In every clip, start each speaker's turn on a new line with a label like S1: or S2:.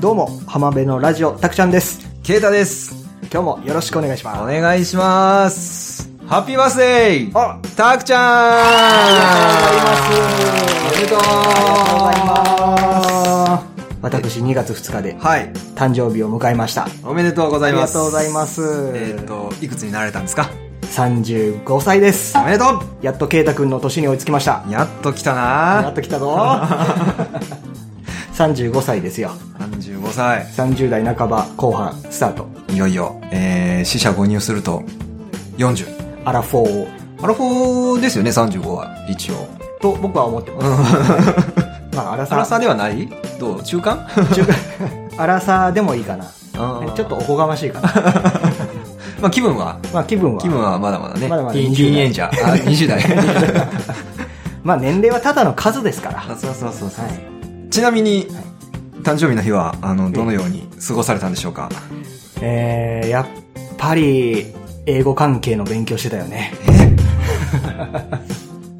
S1: どうも、浜辺のラジオ、たくちゃんです。
S2: ケイタです。
S1: 今日もよろしくお願いし
S2: お
S1: ます。
S2: 願いします。ハッピーバースデー
S1: あ
S2: たくちゃん
S1: ありがとうござい
S2: おめでとう
S1: 私、2月2日で
S2: はい。
S1: 誕生日を迎えました。あ
S2: おめでとうござい
S1: り
S2: ま
S1: が
S2: す。
S1: とうございます。
S2: えっ、と、いくつになられたんですか
S1: 35歳です
S2: お。めでとう
S1: やっと、ケイタくんの年に追いつきました。
S2: やっと来た
S1: やっ
S2: な
S1: と来た ぞ。35歳ですよ。
S2: 35歳。
S1: 30代半ば後半スタート。
S2: いよいよ、えー、死者誤入すると、40。
S1: アラフォーを
S2: アラフォーですよね、35は。一応。
S1: と僕は思って ます。まあ、アラ
S2: ア
S1: サ
S2: ラサ
S1: ー、
S2: ーではないどう中間
S1: 中間アラサーでもいいかな。ち
S2: あー
S1: ょっとおこがましいかな。
S2: まあ気分は
S1: まあ、気分は。
S2: 気分はまだまだね。
S1: まだまだ
S2: ティーン
S1: 20
S2: ティーンエイジャー。あ、20代。
S1: まあ、年齢はただの数ですから。は
S2: そうそうそうそう。
S1: い。
S2: ちなみに、
S1: はい
S2: 誕生日の日は、あの、どのように過ごされたんでしょうか
S1: えー、やっぱり、英語関係の勉強してたよね。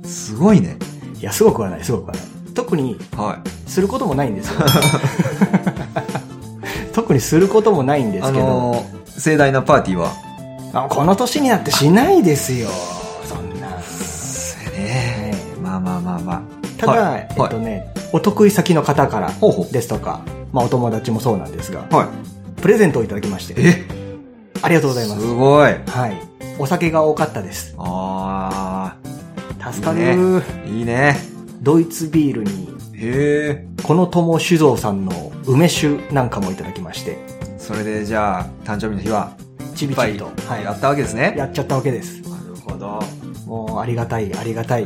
S2: すごいね。
S1: いや、すごくはない、すごくはない。特に、
S2: は
S1: することもないん ですよ。特にすることもないんで
S2: い。
S1: す
S2: あ
S1: けど、
S2: のー、盛大なパーティーは、
S1: あこの年になってしないですよ、そんな。
S2: ねまあまあまあまあ。
S1: ただ、
S2: はい
S1: えっとね、お得意先の方から
S2: ほうほう
S1: ですとか、まあお友達もそうなんですが、
S2: はい。
S1: プレゼントをいただきまして、
S2: え
S1: ありがとうございます
S2: す。ご
S1: は
S2: い。
S1: い。お酒が多かったです。
S2: あ
S1: 助かる。
S2: いいねー、いいね。
S1: ドイツビールに、
S2: へえ。
S1: この友酒造さんの梅酒なんかもいただきまして、
S2: それでじゃあ、誕生日の日は、
S1: ち
S2: い
S1: び
S2: っ
S1: ち
S2: ぱ
S1: び
S2: い
S1: と、
S2: や
S1: は
S2: ったわけです
S1: い、
S2: ね。
S1: やっちゃったわけです。
S2: なるほど。
S1: もうありがたい、ありがた い。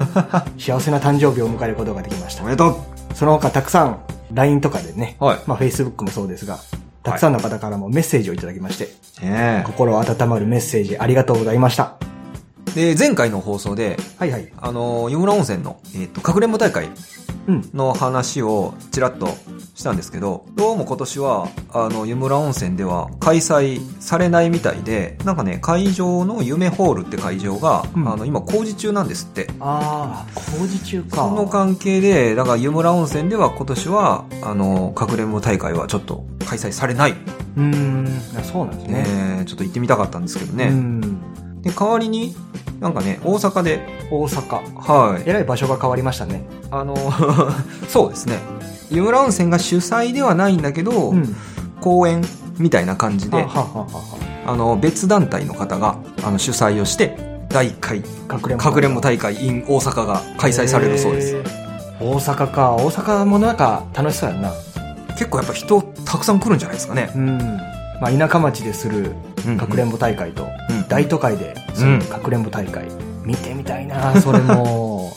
S1: 幸せな誕生日を迎えることができまし
S2: お
S1: た
S2: め。でと
S1: その他たくさん、LINE とかでね、
S2: う。はい。
S1: まあ Facebook もそうですが、たくさんの方からもメッセージをいただきまして、
S2: え
S1: 心温まるメッセージありがとうございました。
S2: え。で、前回の放送で、
S1: はいはい。
S2: あのー、湯村温泉の、えっと、かくれんぼ大会
S1: うん。
S2: の話をちらっとしたんですけど、どうも今年は、あの、湯村温泉では開催されないみたいで、なんかね、会場の夢ホールって会場が、
S1: うん
S2: あの、今工事中なんですって。
S1: ああ、工事中か。
S2: その関係で、だから湯村温泉では今年は、あの、かくれんぼ大会はちょっと開催されない。
S1: うーん、そうなんです
S2: ね
S1: ね。
S2: えちょっと行ってみたかったんですけど
S1: う
S2: ね。
S1: ん。
S2: で、代わりに、なんかね、大阪で、
S1: 大阪。
S2: はい。
S1: えらい場所が変わりましたね。
S2: あの、 そうですね。湯村温泉が主催ではないんだけど、
S1: うん。
S2: 公演みたいな感じ
S1: は
S2: で
S1: は、はは
S2: あの、別団体の方が、あの、主催をして、第1回、
S1: は。隠れ
S2: かくれんぼ大会 in 大阪が開催されるそうです。
S1: へー。大阪か。大阪もなんか楽しそうやんな。
S2: 結構やっぱ人、たくさん来るんじゃないですかね
S1: う。ん。まあ、田舎町でする
S2: うん
S1: かくれんぼ大会と、
S2: うん
S1: 大都会でするかくれんぼ大会。見てみたいな、それ も。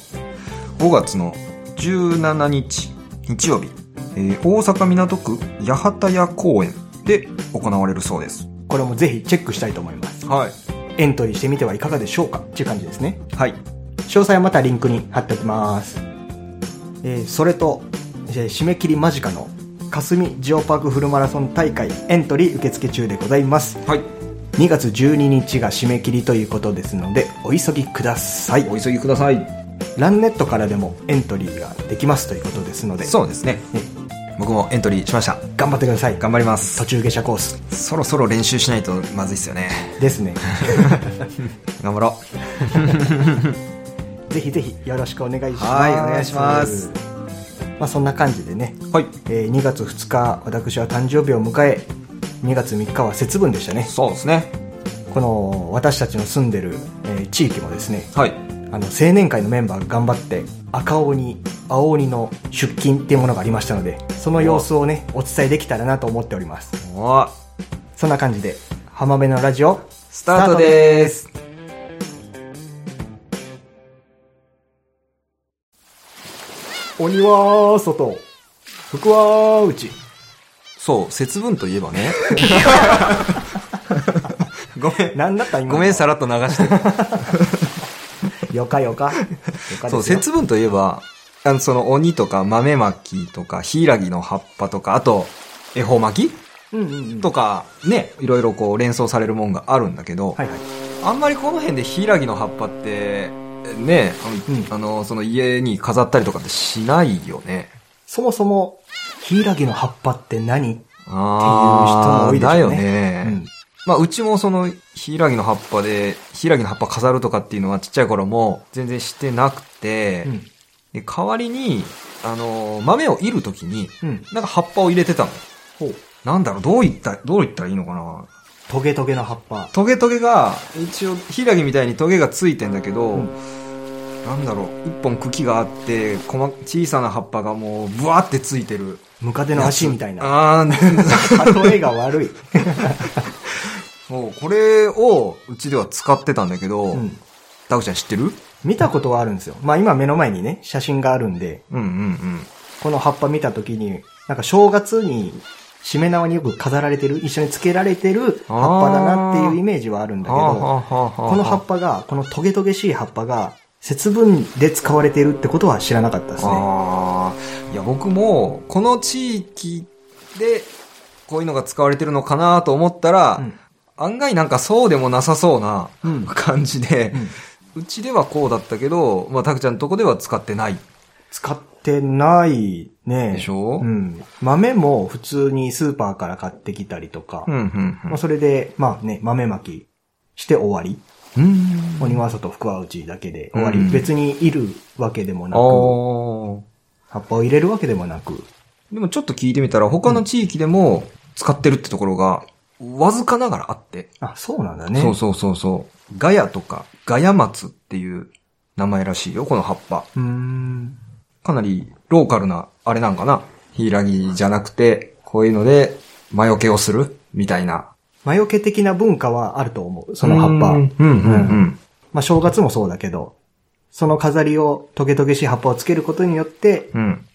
S2: 5月の17日、日曜日、えー大阪港区八幡屋公園で行われるそうです。
S1: これもぜひチェックしたいと思います。
S2: はい。
S1: エントリーしてみてはいかがでしょうかっていう感じですね。
S2: はい。
S1: 詳細はまたリンクに貼っておきます。えーそれと、えー締め切り間近の霞ジオパークフルマラソン大会エントリー受付中でございます。
S2: はい。
S1: 2月12日が締め切りということですので、お急ぎください。
S2: お急ぎください。
S1: ランネットからでもエントリーができますということですので、
S2: そうですね。
S1: ね
S2: 僕もエントリーしました。
S1: 頑張ってください。
S2: 頑張ります
S1: 途。中下車コース
S2: そろそろ練習しないとまずいっすよね。
S1: ですね。
S2: 頑張ろう。
S1: ぜひぜひよろしくお願いします。
S2: はいお願いします。
S1: まあそんな感じでね、
S2: はい。
S1: えー2月2日私は誕生日を迎え、2月3日は節分でしたね。
S2: そうですね。
S1: この私たちの住んでる、えー地域もですね
S2: はい。
S1: あの青年会のメンバーが頑張って赤鬼青鬼の出勤っていうものがありましたのでその様子をねお伝えできたらなと思っております
S2: お
S1: そんな感じで浜辺のラジオ
S2: スタートです。
S1: 鬼は外福は内
S2: そう、節分といえば ね。ごめん。
S1: 何だった今の
S2: ごめん、さらっと流して。
S1: よかよかよか
S2: そう、
S1: ですよ
S2: 節分といえば、あの、その鬼とか豆巻きとか、ヒイラギの葉っぱとか、あと、恵方巻き
S1: うんうんうん
S2: とか、ね、いろいろこう連想されるもんがあるんだけど、
S1: はいはい
S2: あんまりこの辺でヒイラギの葉っぱって、ね、あ
S1: う
S2: の
S1: ん
S2: あの、その家に飾ったりとかってしないよね。
S1: そもそもヒイラギの葉っぱって何っ
S2: あ
S1: っていう人も多いでしょうね
S2: だよ
S1: う
S2: ね。
S1: ん。
S2: まあ、うちもその、ヒイラギの葉っぱで、ヒイラギの葉っぱ飾るとかっていうのはちっちゃい頃も全然してなくて、
S1: うん。
S2: で代わりに、あの、豆をいるときに、
S1: うん。
S2: なんか葉っぱを入れてたの。
S1: ほう。
S2: なんだろう、どういった、どういったらいいのかな
S1: トゲトゲの葉っぱ。
S2: トゲトゲが、一応、ヒイラギみたいにトゲがついてんだけど、
S1: うん
S2: なんだろう、一本茎があって、細小さな葉っぱがもう、ブワーってついてる。
S1: ムカデの足みたいな。
S2: あー
S1: 例えが悪い。
S2: もう、これを、うちでは使ってたんだけど、
S1: うん。
S2: タクちゃん知ってる
S1: 見たことはあるんですよ。まあ今目の前にね、写真があるんで、
S2: うんうん
S1: この葉っぱ見た時に、なんか正月に、しめ縄によく飾られてる、一緒につけられてる葉っぱだなっていうイメージはあるん
S2: うん。
S1: だけど、この葉っ
S2: ぱ
S1: ぱが、このトゲトゲしい葉っぱが、節分で使われてるってことは知らなかったですね。
S2: ああ。いや、僕も、この地域で、こういうのが使われてるのかなと思ったら、
S1: うん
S2: 案外なんかそうでもなさそうな
S1: うん
S2: 感じで、うちではこうだったけど、まあ、タクちゃんのとこでは使ってない。
S1: 使ってないね。
S2: でしょ
S1: うん。豆も普通にスーパーから買ってきたりとか、
S2: うん、うん、
S1: まあそれで、まあね、豆まきして終わり。
S2: うん。
S1: 鬼は外、福は内だけで終わり。
S2: うん
S1: 別にいるわけでも
S2: あ
S1: なく、
S2: ー
S1: 葉っぱを入れるわけでもなく、
S2: でもちょっと聞いてみたら、他の地域でも使ってるってところが、わずかながらあって。
S1: あ、そうなんだね。
S2: そうそうそうそう。ガヤとか、ガヤ松っていう名前らしいよ、この葉っぱ。
S1: うーん。
S2: かなりローカルな、あれなんかな。ヒイラギじゃなくて、こういうので、魔除けをするみたいな。
S1: 魔除け的な文化はあると思う、その葉っぱ。
S2: うん、うん、うんうん。
S1: まあ正月もそうだけど、その飾りを、トゲトゲしい葉っぱをつけることによって、
S2: うん。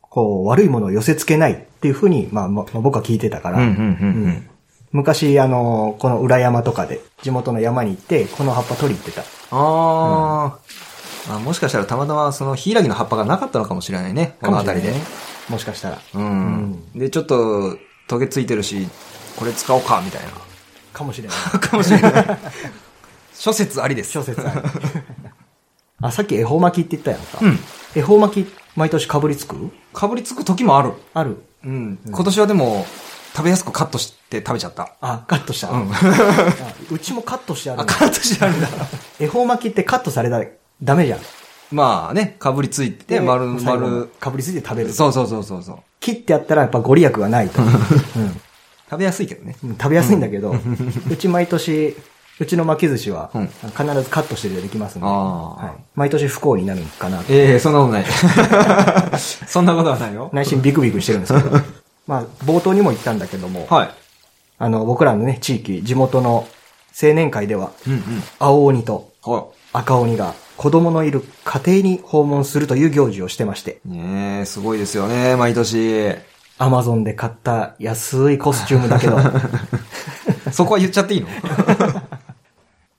S1: こう、悪いものを寄せ付けないっていうふうに、まあ、ままあ僕は聞いてたか
S2: うん、う
S1: ら、
S2: ん、うんうん。
S1: 昔、あの、この裏山とかで、地元の山に行って、この葉っぱ取り行ってた。
S2: あー、あ。もしかしたらたまたまそのヒイラギの葉っぱがなかったのかもしれないね。この辺りで。
S1: かもしれないね。もしかしたら。
S2: うん。で、ちょっと、トゲついてるし、これ使おうか、みたいな。
S1: かもしれない。
S2: かもしれない。諸説ありです。
S1: 諸説ある。 あ、さっき恵方巻きって言ったやんか。
S2: うん。
S1: 恵方巻き、毎年かぶりつく
S2: かぶりつく時もある。
S1: ある
S2: うん。今年はでも、食べやすくカットして食べちゃった。
S1: あ、カットした。
S2: う
S1: あ
S2: ん。
S1: うちもカットしてある
S2: あ、
S1: んだ。
S2: カットしてあるんだ。
S1: 恵方巻きってカットされたらダメじゃん。
S2: まあね、かぶりついて、丸、
S1: 最後
S2: 丸。
S1: かぶりついて食べる。
S2: そうそうそうそうそう。
S1: 切ってやったらやっぱご利益がない と。うん
S2: 食べやすいけどね。
S1: うん食べやすいんだけ ど、うち毎年、うちの巻き寿司は、
S2: うん
S1: 必ずカットしてでできますので、
S2: あー
S1: はい毎年不幸になるのかな。
S2: ええそんなことない。 そんなことはないよ。
S1: 内心ビクビクしてるんです けど、まあ、冒頭にも言ったんだけども、
S2: はい。
S1: あの、僕らのね、地域、地元の青年会では、
S2: うんうん。
S1: 青鬼と
S2: は
S1: 赤鬼が子供のいる家庭に訪問するという行事をしてまして、
S2: い。ねえ、すごいですよね、毎年。
S1: アマゾンで買った安いコスチュームだけど、
S2: そこは言っちゃっていい の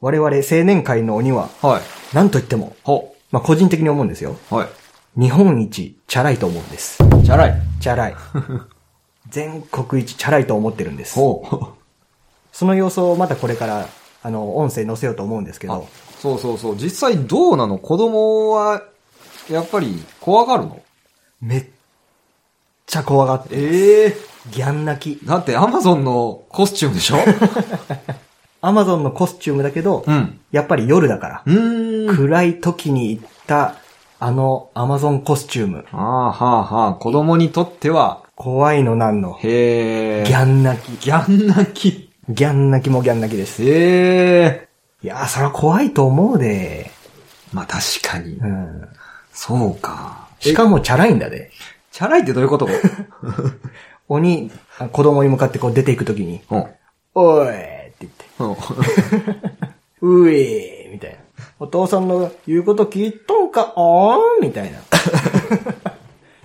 S1: 我々青年会の鬼は、
S2: はい。
S1: なんと言っても、
S2: ほ
S1: まあ、個人的に思うんですよ。
S2: う。はい。
S1: 日本一チャラいと思うんです。
S2: チャラい。
S1: チャ ラい。全国一チャラいと思ってるんです。
S2: ほ
S1: その様子をまたこれから、あの、音声載せようと思うんですけ
S2: う。あ
S1: ど、
S2: そうそうそう。実際どうなの子供は、やっぱり怖がるの
S1: めっちゃ怖がって、
S2: ええ
S1: ギャン泣き。
S2: だってアマゾンのコスチュームでしょ
S1: アマゾンのコスチュームだけど、
S2: うん。
S1: やっぱり夜だから、
S2: うーん。
S1: 暗い時に行った、あの、アマゾンコスチューム。
S2: ああ、はあ、はあ。子供にとっては、
S1: 怖いのなんの。
S2: へえ。
S1: ギャン泣き。
S2: ギャン泣き。
S1: ギャン泣きもギャン泣きです。
S2: へえ。
S1: いやー、そりゃ怖いと思うで。
S2: まあ確かに。
S1: うん。
S2: そうか。
S1: しかもチャラいんだで。
S2: えチャラいってどう いうこと
S1: 鬼、あ子供に向かってこう出ていく時に、
S2: うん。
S1: おいって言って、
S2: うん。
S1: うえーみたいな。お父さんの言うこと聞いとんか、おーんみた いな。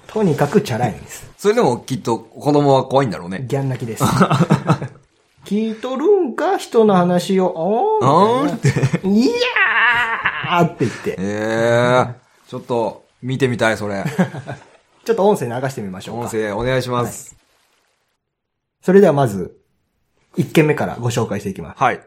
S1: とにかくチャラいんです。
S2: それでもきっと子供は怖いんだろうね。
S1: ギャン泣きです。 聞いとるんか人の話を、おーんみたいな。いやーって言って
S2: へ。え。ちょっと見てみたい、 それ。
S1: ちょっと音声流してみましょうか。
S2: 音声お願いします。
S1: それではまず、1件目からご紹介していきます。
S2: はい。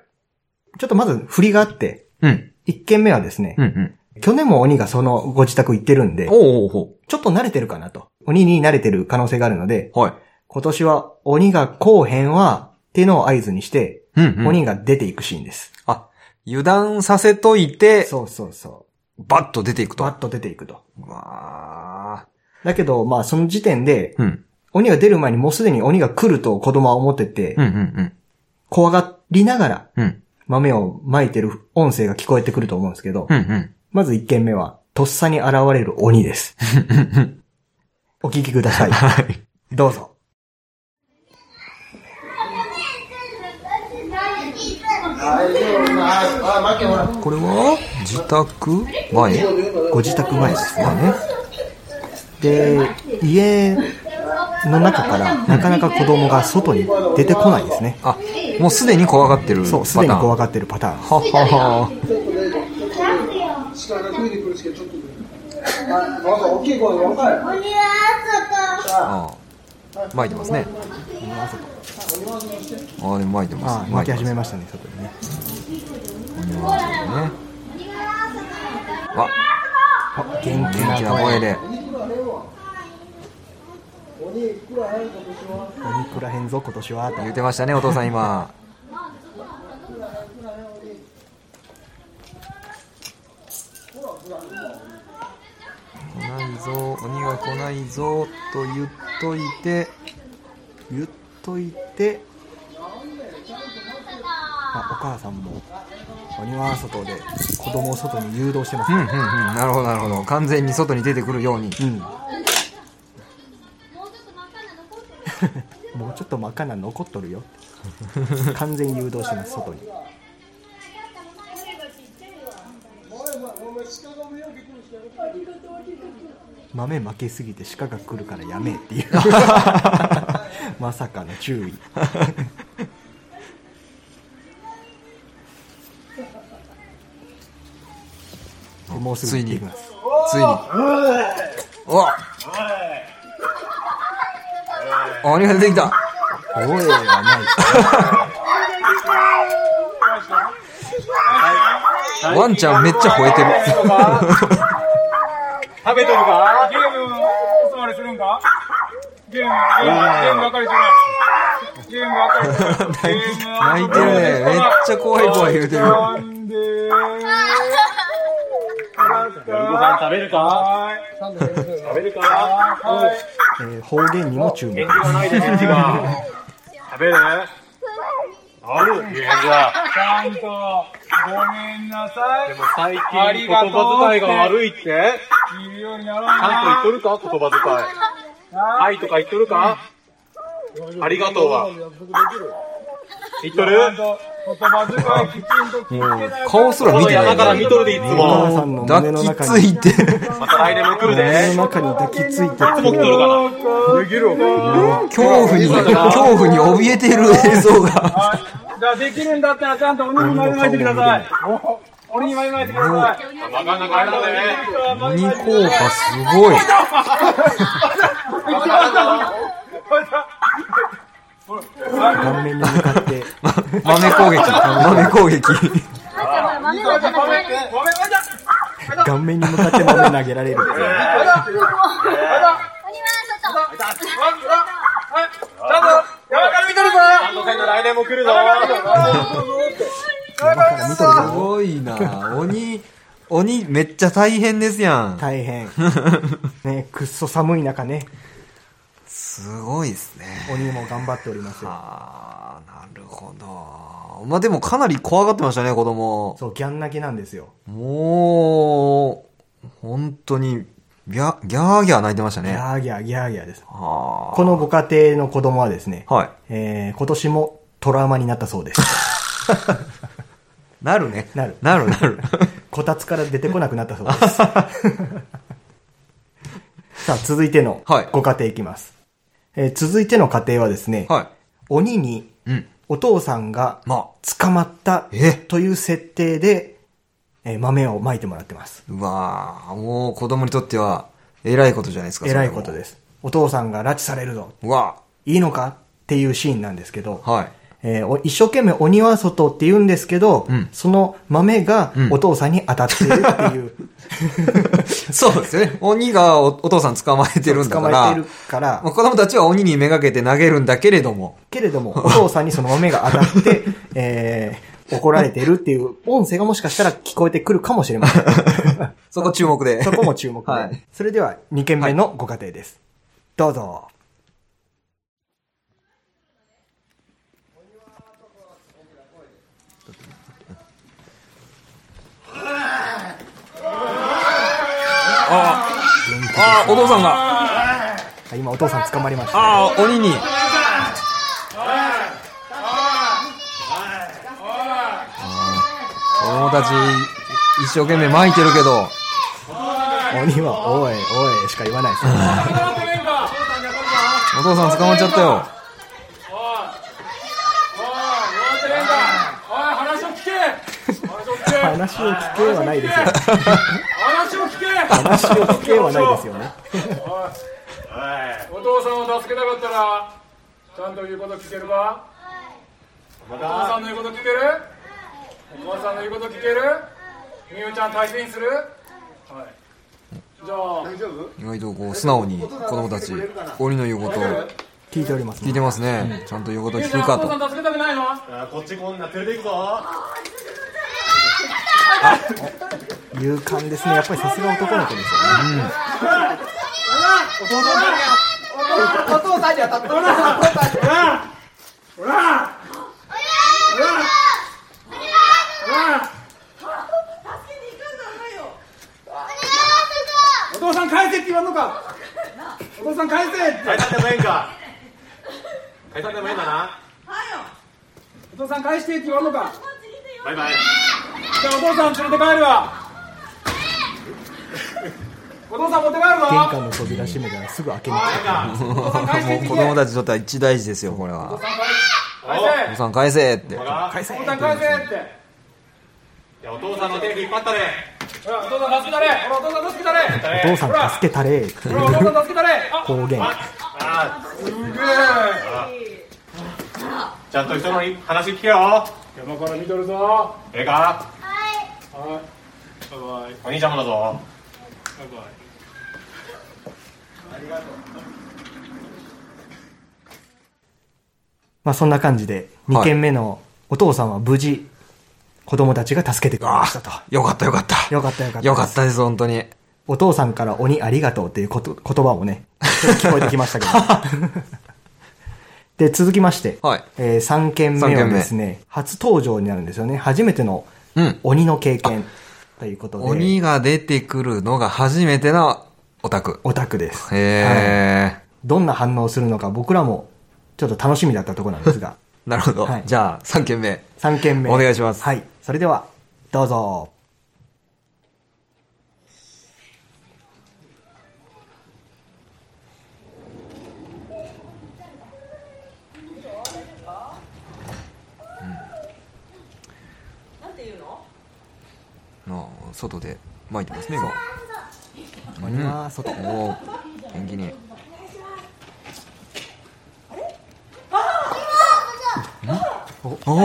S1: ちょっとまず振りがあって、
S2: うん。
S1: 1件目はですね、
S2: うんうん。
S1: 去年も鬼がそのご自宅行ってるんで、
S2: おうおう
S1: ちょっと慣れてるかなと。鬼に慣れてる可能性があるので、
S2: おうはい。
S1: 今年は鬼が後編は、っていうのを合図にして、
S2: うん、うん。
S1: 鬼が出ていくシーンです。
S2: あ、油断させといて、
S1: そうそうそ
S2: バッと出ていく
S1: う。
S2: と。
S1: バッと出ていくと。
S2: うわ
S1: だけど、まあその時点で、
S2: ーうん。
S1: 鬼が出る前にもうすでに鬼が来ると子供は思ってて、
S2: うん、うん、
S1: 怖がりながら
S2: うん。うん、
S1: 豆を撒いてる音声が聞こえてくると思うんですけど、
S2: うん、うん。
S1: まず1件目は、とっさに現れる鬼 です。お聞きください。
S2: はい。
S1: どうぞ。
S2: これは、自宅前
S1: ご自宅前ですよね。で、家の中からなかなか子供が外に出てこないですね。
S2: あ、もうすでに怖がってるパターン。
S1: そう、すでに怖がってるパターン。
S2: ははは。ああ巻いてますね。ああ、でも巻いてま
S1: あ
S2: す。
S1: あ、泣き
S2: 巻い
S1: 始
S2: てま
S1: めましたね、外にね。
S2: すね。わ、
S1: あ、元気
S2: 元気な
S1: な
S2: 声
S1: 声で。
S2: で。
S1: 鬼くらへんぞ、今年は。
S2: 言ってましたね、お父さん今。来ないぞ、鬼が来ないぞと言っといて、
S1: 言っといて、あ、お母さんも、鬼は外で子供を外に誘導してます
S2: うんうんう
S1: ね。
S2: ん、なるほどなるほど。完全に外に出てくるように。
S1: うん。 もうちょっと真っ赤な残っとるよ完全誘導してます外に豆負けすぎて鹿が来るからやめえっていうまさかの注意でもうすぐ行ってきます
S2: ついに。うわ鬼が出てきた
S1: 声はないです
S2: ワンちゃんめっちゃ吠えてる。
S3: 食べてるかゲーム、お座りするんかゲーム、ゲーム、ゲームばかりする。ゲームばかりする。ゲームばか
S2: 泣
S3: り
S2: いてるね。めっちゃ怖い怖い言うてる。
S3: なんでご飯食べるか食べるかはい。
S1: えー方言にも注目です
S3: がないです、返事が。食べるあるいや、じゃあ。ちゃんと、ごめんなさい。でも最近、言葉遣いが悪いって。言うようにならんな。ちゃんと言っとるか言葉遣い。はいとか言っとるかありがとうは。言っとる言葉遣いきちんと気をつけないと
S2: 顔すら見てないね
S3: この山から見とるでい
S1: お
S3: つ
S1: 母
S3: も。
S1: さんの胸
S2: 抱
S1: の
S2: き
S1: 中
S2: つ
S1: に
S2: いてる。
S3: また来年も来る
S1: 胸
S3: で。
S1: の中に抱きついて
S3: いつも来とるから。できる
S2: 恐怖に、恐怖に怯えてる映像が。
S3: じゃあできるんだったらちゃんと鬼に丸まいてください。鬼に丸まいてください。なかなかあれだ
S2: 鬼
S3: ね。
S2: 効果すごい。
S1: 顔面に向かって
S2: 豆攻撃。豆攻撃。
S1: 顔面に向かって豆投げられる
S3: 山から見とるぞあの辺の来年も来るぞ
S1: 山から見とる
S2: す
S1: よ
S2: ごいな鬼、鬼めっちゃ大変ですやん。
S1: 大変ねくっそ寒い中ね
S2: すごいですね。
S1: 鬼も頑張っておりますよ
S2: あー、なるほど。まあでもかなり怖がってましたね、子供。
S1: そうギャン泣きなんですよ
S2: もう、本当に、ギャ、ギャーギャー泣いてました
S1: ギ
S2: ね。
S1: ャーギャーギャーギャーです
S2: は
S1: このご家庭の子供はですね
S2: あ。はい。
S1: えー今年もトラウマになったそうです
S2: なるね。
S1: なる
S2: なるなる。
S1: こたつから出てこなくなったそうですさあ続いての
S2: はい
S1: ご家庭いきます、えー続いての家庭はですね、
S2: は
S1: 鬼に
S2: い。うん。
S1: お父さんが
S2: ま
S1: 捕まった
S2: え
S1: という設定で、えー豆をまいてもらってます。
S2: あ、うわあ、もう子供にとっては、えらいことじゃないですか。
S1: えらいこと
S2: す。
S1: です。お父さんが拉致されるぞ。
S2: うわ
S1: いいのかっていうシーンなんですけど、
S2: あ、はい。
S1: ええーお一生懸命鬼は外って言うんですけど、
S2: うん
S1: その豆が
S2: うん
S1: お父さんに当たっている っていう、
S2: そうですよね。鬼がおお父さん捕まえてるんだ
S1: 捕
S2: か
S1: まえ
S2: ら
S1: てる、から
S2: まあ、子供たちは鬼にめがけて投げるんだけれども、
S1: けれども、お父さんにその豆が当たって、えー怒られているっていう音声がもしかしたら聞こえてくるかもしれ ません。
S2: そこ注目で。
S1: そこも注目で。
S2: はい
S1: それでは2件目のご家庭です。どうぞ。
S2: ああ、お父さんが、あ
S1: あ今お父さん捕まりました。
S2: あ、鬼に。子供たち、一生懸命巻いてるけど、
S1: 鬼は、おいおいしか言わないですね。
S2: お父さん捕まっちゃったよ。
S4: 話を聞け話を聞
S1: 話を聞
S4: け
S1: けはないですよ。
S4: 話を聞け
S1: 話を聞けはないですよね。
S4: お父さんを助けたかったらちゃんと言うこと聞けるかお父さんの言うこと聞けるお母さんの言うこと聞けるみゆちゃん大切にするはいじゃあ
S2: 意外とこう、素直に子供たち、鬼の言うことを
S1: 聞いております、
S2: 聞いてますね。ちゃんと言うこと
S4: みゆ
S2: 聞
S4: ちゃん
S2: く
S4: お
S2: か
S4: 父
S2: と
S4: さ。ん助けたくないの
S3: あーこっちこんな連れて行くぞ
S1: 勇敢ですね。やっぱりさすが男の子ですよね。
S4: お父さん返せって言わんのかお父さん返せって
S3: 階段でもええんか階段でもええんだな
S4: お父さん返してって言わんのか
S3: バイバイ
S4: じゃあお父さん連れて帰るわお父さん持って帰る
S1: 玄
S4: わ
S1: 関の扉閉めたらすぐ開けに来た。
S3: お
S4: お父さん返して
S2: も
S4: っ
S2: う
S4: て
S2: 子
S4: 言
S2: 供
S4: え
S2: たちにとっては一大事ですよ、これは。
S4: 返
S2: お父
S4: せ
S2: さん返せって。
S3: い
S4: お父さん返せって
S3: やお父さんの手引っ張ったれ
S4: ほらお父さん助けたれほらお父さん助けたれ
S1: お父さん助けたれーって
S4: ほらお父さん助けたれあ
S1: 方言。
S3: あ
S4: すげえ
S3: ーちゃんと人の話聞けよ
S4: 山から見とるぞは
S3: ええか
S4: いバイバイ
S3: お兄ちゃんもだぞ
S4: バイバイ
S1: まあそんな感じで、2件目のお父さんは無事、子供たちが助けてくれましたと。
S2: よかったよかった。
S1: よかったよかったです
S2: よかったです、本当に。
S1: お父さんから鬼ありがとうっていうこと言葉をね、ちょっと聞こえてきましたけど。 で、続きまして、
S2: はい
S1: え3件
S2: 三
S1: 目は
S2: 件目
S1: ですね、初登場になるんですよね。初めての
S2: うん
S1: 鬼の経験ということで、
S2: 鬼が出てくるのが初めてなオタク。
S1: オタクです。
S2: へ
S1: はい
S2: え。
S1: どんな反応をするのか僕らもちょっと楽しみだったところなんです が、
S2: なるほど
S1: はい。
S2: じゃあ、3件目。
S1: 3件目。
S2: お願いします
S1: はい。それでは、どうぞ。
S2: の外で巻いてますね、今。
S1: 鬼は外。
S2: おー元気に。おお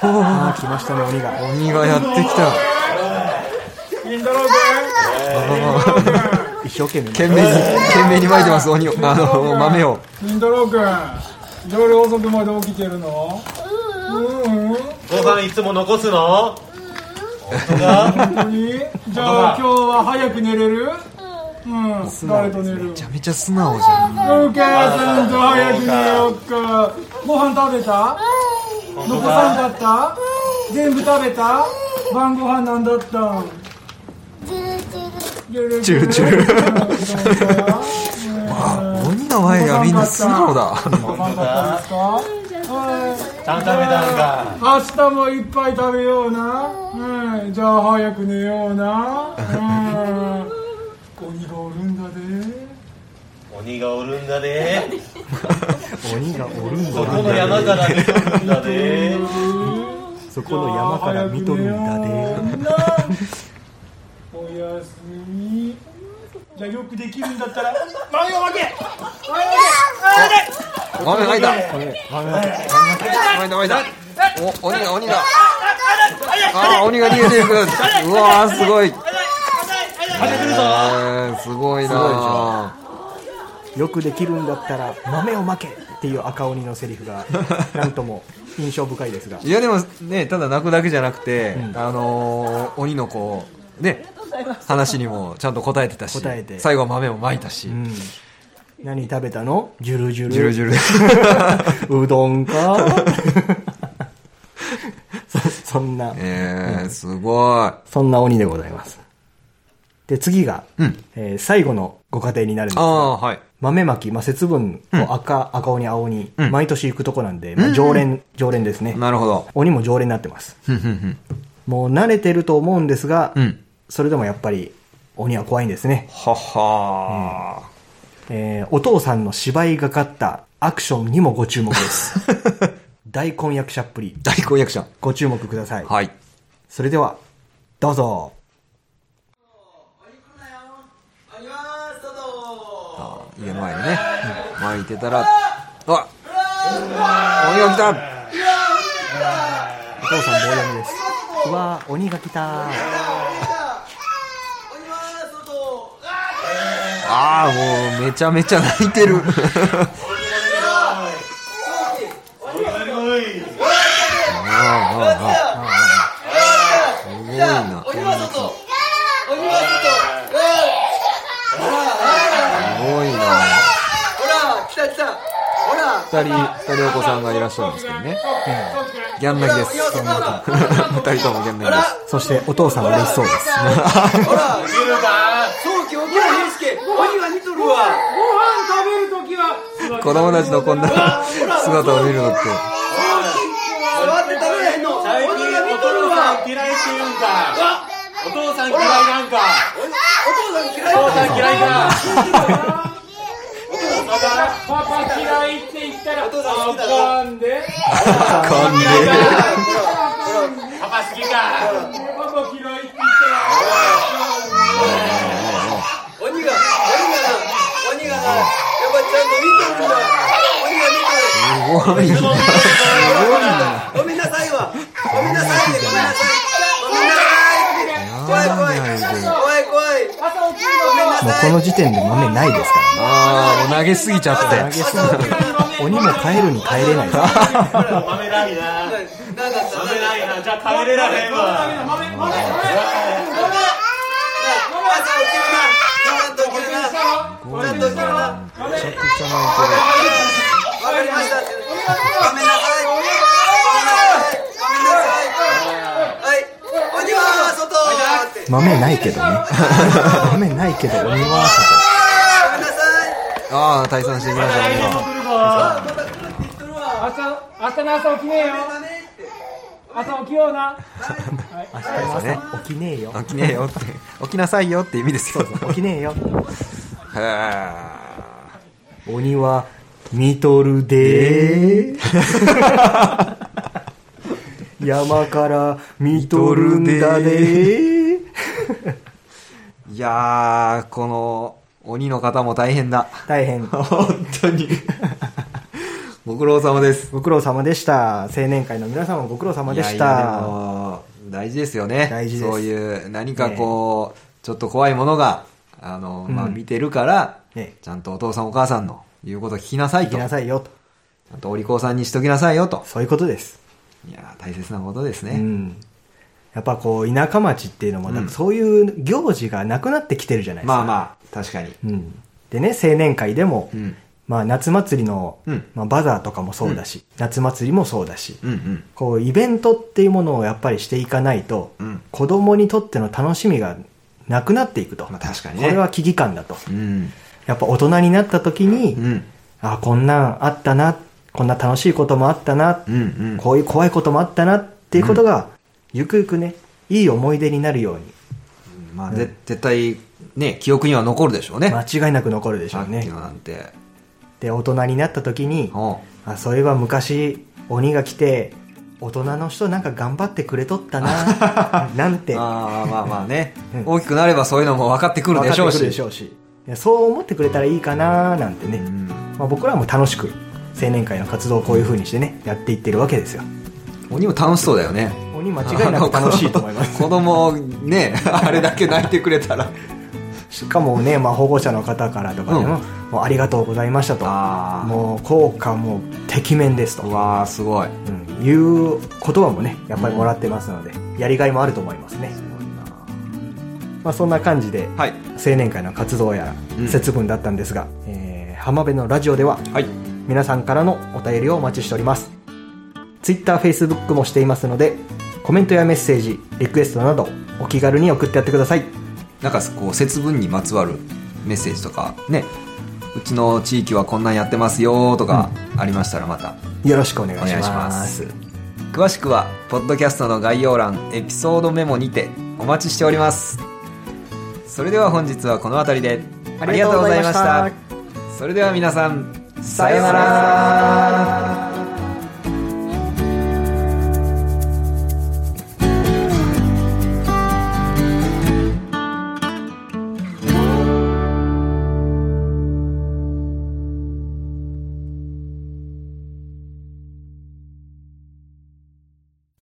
S1: ああ、来ましたね、鬼が。
S2: 鬼がやってきた。
S4: 金太郎君
S1: 一生懸命。
S2: 懸命に、懸命に巻いてます、鬼を。あの、豆を。
S4: 金太郎君夜遅くまで起きてるのうんうん
S3: お父さんいつも残すの
S4: 本当にじゃあ今日は早く寝れるうん誰と寝る
S2: めちゃめちゃ素直じゃん。
S4: お母さんと早く寝よっかご飯食べた残さんだった全部食べた晩ご飯なんだったんチュルチュル
S2: チュルチ
S4: うん
S2: 鬼の前がみんな素直だ。
S4: ご飯だったんですかはい
S3: ちゃんと食べたんか
S4: 明日もいっぱい食べような、うん、じゃあ早く寝ような、うん、鬼がおるんだで
S3: 鬼がおるんだで
S1: 鬼がおるん
S3: そ
S1: だ
S3: この山から出てくるんだで
S1: そこの山から見とるんだで。
S4: おやすみ
S5: じゃあよくできるんだったら前を負け
S2: 豆が開いた豆が開いたお鬼が鬼があー鬼が逃げていくうわーすごいえーすごいな
S1: よくできるんだったら豆をまけっていう赤鬼のセリフがなんとも印象深いですが
S2: いやでもねただ泣くだけじゃなくて、
S1: うん
S2: あのー鬼の子ね話にもちゃんと答えてたし
S1: 答えて
S2: 最後は豆もまいたし、
S1: うん何食べたのジュルジュル
S2: ジュルジュル
S1: うどんかそそんな、
S2: えー、すごい
S1: そんな鬼でございますで次が、
S2: うん
S1: えー最後のご家庭になるんです
S2: あ
S1: が
S2: あはい
S1: 豆まき、まあ、節分、こう赤赤鬼青鬼、
S2: うん
S1: 毎年行くとこなんで、まあ、常連、常連ですね
S2: なるほど
S1: 鬼も常連になってます
S2: ふんふんふん
S1: もう慣れてると思うんですが、
S2: うん
S1: それでもやっぱり鬼は怖いんですね、
S2: はは
S1: えーお父さんの芝居がかったアクションにもご注目です 大婚約者っぷり
S2: ー、大婚約者
S1: ご注目ください、
S2: はい
S1: それではどうぞ
S2: あー家の前にね巻いてたらあ鬼が来た
S1: お父さん棒読みですうわー鬼が来た
S2: ああもうめちゃめちゃ泣 いてるあーあーあーあーすごいなすごいな二人二人お子さんがいらっしゃるんですけどね、ギャン泣きです二人ともギャン泣きです
S1: そしてお父さんは嬉しそうです
S2: 子供たちのこんな姿を見るのって
S3: 最近お父さん嫌いって言うんかお父さん嫌いなんかお父さん嫌いか
S5: パパ嫌いって言ったらあかんで
S2: 感じ
S3: パパ好きか
S5: パパ嫌いって言ったら
S2: すごいな
S6: ごめんなさいわ。ごめんなさいね。ごめんなさい。ごめんなさい。怖い怖い。怖い怖い。
S1: もうこの時点で豆ないですか
S2: ああもう投げすぎちゃって
S1: ら鬼も帰るに帰れないです
S3: 豆ないな豆ないなじゃあ食べれられんわ
S6: 朝起きるな。ちゃんと起きるな。ちゃんと起きるな。わかりました。ごめんなさい。ごめんなさい。ごめんなさい。はい。鬼は外って。
S1: 豆ないけどね豆ないけど鬼は
S6: ごめんなさい。
S2: ああ退散してきましたね
S5: 朝朝の朝起きねえよ朝起きような
S1: 朝朝起きねえよ
S2: 起きねえよって起きなさいよって意味ですよ
S1: 起きねえよ
S2: へー
S1: 鬼は見とるで山から見とるんだで
S2: いやーこの鬼の方も大変だ
S1: 大 変
S2: 本当にご苦労様です
S1: ご苦労様でした青年会の皆様もご苦労様でした
S2: いやいやでも大事ですよね
S1: 大事です
S2: そういう何かこう、ちょっと怖いものがあの、まあ、
S1: うん
S2: 見てるから、
S1: ええ
S2: ちゃんとお父さんお母さんの言うこと聞きなさい
S1: 行き
S2: と
S1: なさいよと
S2: ちゃんとお利口さんにしときなさいよと
S1: そういうことです、
S2: いや大切なことですね、
S1: うんやっぱこう田舎町っていうのもなんかそういう行事がなくなってきてるじゃないですか、
S2: まあまあ確かに
S1: うん、でね青年会でも、
S2: うん
S1: まあ、夏祭りの、
S2: うん
S1: まあ、バザーとかもそうだし、夏祭りもそうだし、
S2: うんうん
S1: こうイベントっていうものをやっぱりしていかないと、
S2: うん
S1: 子供にとっての楽しみがなくなっていくと、
S2: まあ確かに
S1: こ
S2: ね
S1: れは危機感だと、
S2: うん
S1: やっぱ大人になった時に、
S2: うん
S1: あこんなんあったなこんな楽しいこともあったな、
S2: うんうん
S1: こういう怖いこともあったなっていうことが、ゆくゆくねいい思い出になるように
S2: まあ、ぜ絶対ね記憶には残るでしょうね
S1: 間違いなく残るでしょ
S2: さ
S1: う
S2: っ
S1: ね
S2: きのなんて
S1: で大人になった時に
S2: おう
S1: あそういえば昔鬼が来て大人の人なんか頑張ってくれとったななんて
S2: ああまあまあね、
S1: うん
S2: 大きくなればそういうのも分かってくる
S1: 分
S2: で
S1: かっ
S2: しょう
S1: てく
S2: し
S1: るでしょうしいやそう思ってくれたらいいかななんてね、
S2: うん
S1: まあ、僕らも楽しく青年会の活動をこういう風にしてねやっていってるわけですよ
S2: 鬼も楽しそうだよね
S1: 鬼間違い なく楽しいと思います
S2: 子供ねあれだけ泣いてくれたら
S1: しかも ね、まあ、保護者の方からとかでも,、
S2: うん
S1: もうありがとうございましたと
S2: あー
S1: もう効果もてきめんですと
S2: うわーすごい
S1: うん、いう言葉もねやっぱりもらってますので、やりがいもあると思いますね、まあ、そんな感じで、
S2: はい
S1: 青年会の活動や
S2: うん
S1: 節分だったんですが、えー浜辺のラジオでは
S2: はい
S1: 皆さんからのお便りをお待ちしております TwitterFacebook もしていますのでコメントやメッセージリクエストなどお気軽に送ってやってください
S2: なんかこう節分にまつわるメッセージとかねうちの地域はこんなんやってますよとかありましたらまた、
S1: よろしくお願いし
S2: お願いし
S1: ま
S2: ますす詳しくはポッドキャストの概要欄エピソードメモにてお待ちしておりますそれでは本日はこの辺りでありがとうございましたそれでは皆さんさようなら